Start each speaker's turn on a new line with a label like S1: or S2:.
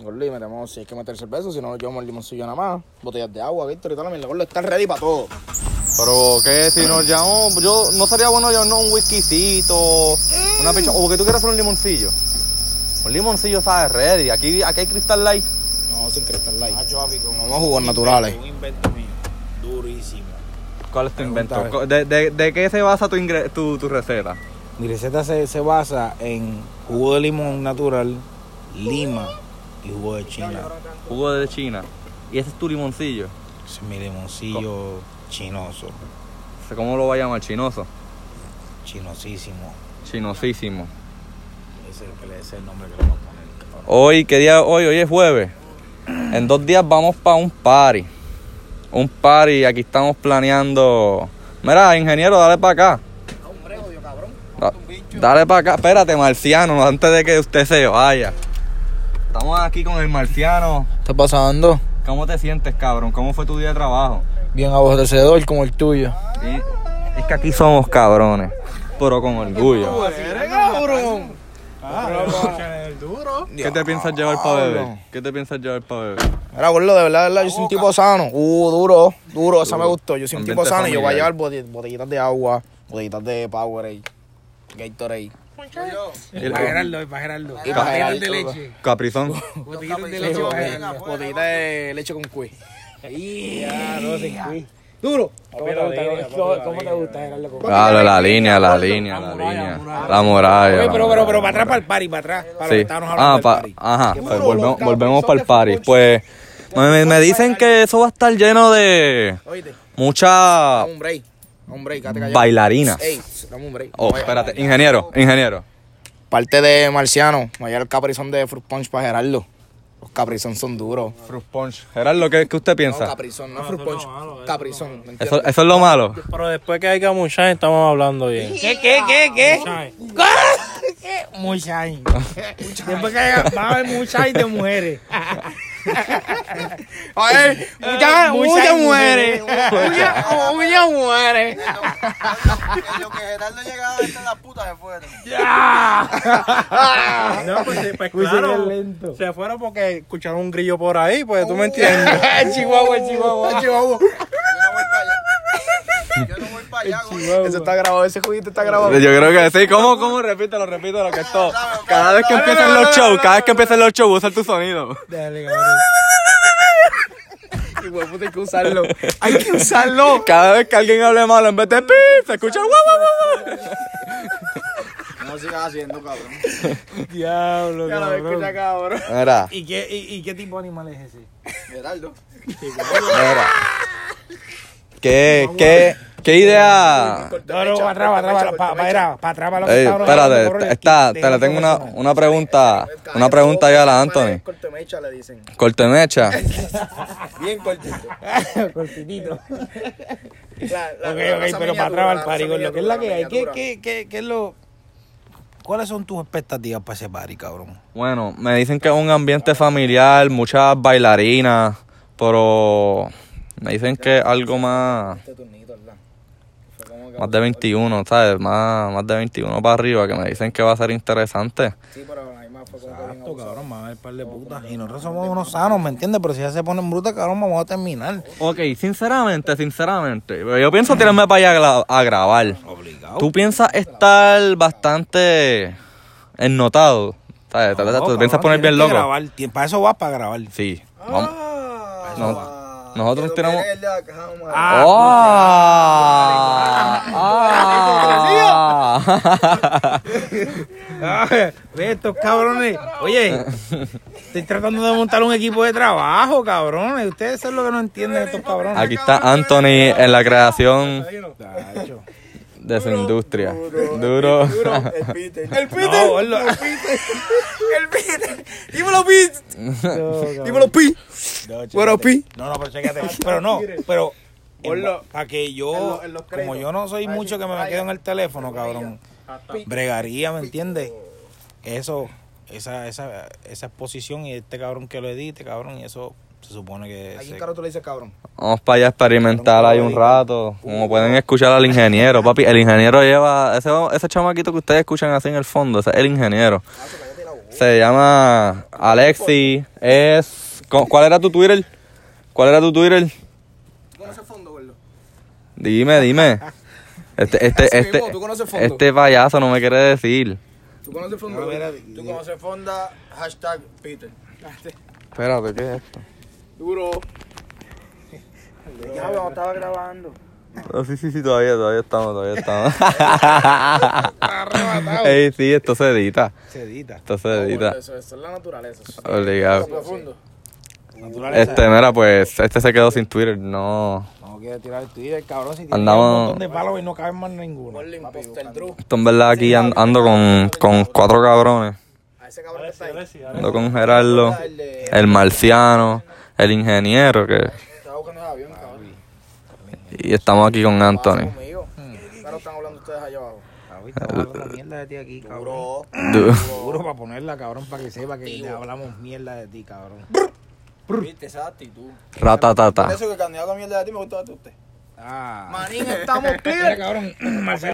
S1: Gorli, metemos, si hay que meter cerveza, si no, nos llevamos el limoncillo nada más. Botellas de agua, Víctor y tal, la mierda. Gordo, está ready para todo.
S2: Pero que si nos llamamos, yo no estaría bueno llevarnos un whiskycito, una picha, o porque tú quieres hacer un limoncillo. Un limoncillo sabe ready, aquí, aquí hay cristal light.
S1: No, sin cristal light.
S3: Macho, papi, con
S1: Vamos a jugar naturales.
S3: Un invento mío. Durísimo.
S2: ¿Cuál es tu
S1: Pregúntame.
S2: invento? ¿De, de, de qué se basa tu, ingre- tu, tu receta?
S1: Mi receta se, se basa en jugo de limón natural, lima y jugo de china.
S2: Jugo de China. Y ese es tu limoncillo.
S1: Ese es mi limoncillo chinoso,
S2: ¿Cómo lo va a llamar? Chinoso.
S1: chinosísimo.
S2: Chinosísimo.
S1: Ese es el, que le- ese es el nombre que le vamos a poner.
S2: Hoy, ¿qué día? es Hoy, hoy es jueves. En dos días vamos para un party. Un party, aquí estamos planeando. Mira, ingeniero, dale para acá. Da- dale para acá. Espérate, marciano, antes de que usted se vaya. Estamos aquí con el marciano.
S1: ¿Qué está pasando?
S2: ¿Cómo te sientes, cabrón? ¿Cómo fue tu día de trabajo?
S1: Bien abastecedor como el tuyo.
S2: Sí, Es que aquí somos cabrones, pero con orgullo.
S1: ¡Eres cabrón!
S2: Ah, ¿Qué te piensas llevar para beber? ¿Qué te piensas llevar para beber?
S1: Era gordo, de verdad, de verdad, yo soy un tipo sano. Uh, duro, duro, esa me gustó. Yo soy un tipo
S2: Ambiente
S1: sano y yo voy a llevar
S2: familiar.
S1: bote- botellitas de agua, botellitas de Powerade, Gatorade.
S2: El-
S4: Para Gerardo, para Gerardo.
S1: Y
S4: Para
S1: para
S4: Gerardo de
S1: Gerardo.
S4: leche.
S2: Caprizón.
S4: Botellón de leche para Gerardo.
S1: Botellita de leche con cuy.
S4: Duro. ¿Cómo te gusta, ¿Cómo- cómo te gusta, Gerardo?
S2: Claro, la línea, la línea, la línea. La muralla.
S4: Oye,
S2: la
S4: pero, pero, pero, para
S2: muralla.
S4: atrás, para el party, para atrás. Para
S2: Sí.
S4: estábamos hablando
S2: Ah,
S4: del
S2: pa-
S4: party.
S2: ajá. pues
S1: duro,
S2: volvemos,
S1: los
S2: volvemos
S1: cabrones
S2: para el
S1: de
S2: party.
S1: fútbol.
S2: Pues me, me dicen que eso va a estar lleno de
S1: Oíste,
S2: mucha
S1: dame un break. Dame un break, quédate callado.
S2: bailarinas.
S1: Ey, dame un break.
S2: Oh, espérate, ingeniero, ingeniero.
S1: Parte de Marciano, vaya el caprizón de Fruit Punch para Gerardo. Los caprizón son duros.
S2: Fruit punch. Gerardo, ¿qué, qué usted
S1: No,
S2: piensa?
S1: caprizón, no Fruit Punch. Caprizón, ¿me entiendes?
S2: Eso, eso es lo malo.
S5: Pero después que haya mucha estamos hablando bien.
S4: ¿Qué, qué, qué, qué? ¿Qué? Mushai. Después que haya, va a haber mushai de mujeres.
S1: A ver, muchas,
S4: Muchas
S1: muchas mujeres.
S4: mujeres.
S1: Muchas, muchas mujeres.
S3: Lo que Gerardo llegaba a las putas se fueron.
S5: No, pues, pues,
S4: Uy,
S5: claro,
S4: sería lento.
S5: Se fueron porque escucharon un grillo por ahí, pues tú me entiendes.
S4: Chihuahua, Chihuahua. Chihuahua.
S3: Yo no voy para allá. Yo no voy para allá, güey.
S1: Eso está grabado, ese juguito está grabado.
S2: Yo creo que sí. ¿Cómo, cómo? Repítelo, repítelo, que esto. Cada vez que empiezan los shows, cada vez que empiezan los shows, usa tu sonido.
S4: Dale, cabrón.
S1: Y huevo, hay que usarlo. Hay que usarlo.
S2: Cada vez que alguien hable malo, en vez de pi, se escucha guau, guau, guau, guau.
S3: No sigas haciendo, cabrón.
S4: Diablo,
S1: Ya lo
S4: cabrón.
S1: escucha, cabrón.
S2: Mira,
S4: ¿Y qué, y, y qué tipo de animal es ese?
S3: Gerardo.
S2: mira. ¿Qué, qué, qué idea?
S4: No, no, para atrás, para atrás, para- para para atrás, para atrás, para lo que
S2: Ey,
S4: está hablando, cabrón,
S2: espérate,
S4: es que
S2: está, te
S4: deja
S2: le
S4: de
S2: tengo una,
S4: conversar.
S2: una pregunta, una pregunta ya a la Anthony.
S1: Cortemecha le dicen.
S2: Cortemecha,
S1: Bien cortito.
S4: Cortitito. Ok,
S1: La- la- la
S4: ok,
S1: raza
S4: pero para
S1: miniatura,
S4: atrás, para el
S1: la
S4: party,
S1: raza
S4: gordo, ¿qué es la que hay? ¿Qué,
S1: miniatura.
S4: qué, qué, qué es lo...? ¿Cuáles son tus expectativas para ese party, cabrón?
S2: bueno, me dicen que es un ambiente familiar, muchas bailarinas, pero me dicen que es algo más,
S1: Este turnito, ¿verdad? Fue como que-
S2: más de 21, ¿sabes? Más, más de 21 para arriba, que me dicen que va a ser interesante.
S1: Sí, pero la misma fue como
S2: Ah.
S1: que bien
S4: Exacto,
S1: abusado.
S4: cabrón, vamos a ver par de putas. Y nosotros somos unos sanos, ¿me entiendes? Pero si ya se ponen brutas, cabrón, vamos a terminar.
S2: Ok, sinceramente, sinceramente, pero yo pienso tirarme para allá a gra- a grabar.
S4: Obligado.
S2: ¿Tú piensas estar bastante ennotado? ¿Sabes? Te- te- te- te piensas poner bien loco?
S4: Para eso vas, para grabar.
S2: Sí. Vamos. Nos-
S1: Ah.
S2: nosotros nos
S3: Pero
S2: tiramos.
S3: que Gerardo acá, madre.
S2: ¡Ah! ¡Ah!
S4: Ah, Ve estos cabrones. Oye, estoy tratando de montar un equipo de trabajo, cabrones. Ustedes son lo que no entienden de estos cabrones.
S2: Aquí está Anthony en la creación
S4: Tacho.
S2: de su industria. Duro.
S3: El Peter.
S1: El Peter.
S4: No, gordo.
S1: El Peter. El Peter. Dímelo, Pete.
S4: No,
S1: Dímelo, Pete. Bueno, Pete.
S4: no, pero chécate. Pero no, pero. Para que yo, como yo no soy mucho que me quedo en el teléfono, cabrón, bregaría, ¿me entiendes? Eso, esa, esa, esa exposición y este cabrón que lo edite, cabrón, y eso se supone que.
S1: ¿A quién
S4: se-
S1: caro tú le dices cabrón?
S2: Vamos para allá a experimentar ahí un rato. Como pueden escuchar al ingeniero, papi. El ingeniero lleva. Ese, ese chamaquito que ustedes escuchan así en el fondo, ese es el ingeniero. Se llama Alexi. Es. ¿cu- ¿Cuál era tu Twitter? ¿Cuál era tu Twitter?
S3: ¿Conoces fondo, gordo?
S2: Dime, dime. Este, este,
S3: Así mismo,
S2: este,
S3: tú conoces fondo.
S2: este payaso no me quiere decir.
S3: ¿Tú conoces fondo? Tú conoces fonda, hashtag Peter.
S2: Espérate, ¿qué es esto?
S3: Duro.
S2: Oh, sí, sí, sí, todavía, todavía estamos, todavía estamos. Ey, sí, esto se edita.
S1: Se edita.
S2: Esto se edita.
S3: Eso, eso es la naturaleza. Eso
S2: Obligado.
S3: profundo.
S1: Naturaleza.
S2: Este, mira, pues, este se quedó sin Twitter, no.
S1: No quiere tirar el Twitter, cabrón. Si tiene
S2: Andamos-
S1: un montón de palos y no caben más ninguno.
S3: Ponle imposter Drew.
S2: Esto en verdad aquí an- ando con, con cuatro cabrones.
S3: A ese cabrón que está ahí.
S2: Ando con Gerardo, el marciano, el ingeniero, que...
S3: Estaba buscando el avión, cabrón.
S2: Y estamos aquí con Anthony.
S3: Conmigo. Claro, están hablando ustedes allá abajo.
S1: Ah, viste, vamos a hablar mierda de ti aquí, cabrón.
S3: Bro.
S2: Du-
S1: Seguro para ponerla, cabrón, para que sepa que le hablamos mierda de ti, cabrón.
S3: Viste esa actitud. Por
S2: Ratatata.
S3: eso que el candidato a mierda de ti me gustaba de usted.
S1: Ah.
S3: Manín, estamos clear.
S1: Mira, cabrón, Marcelo.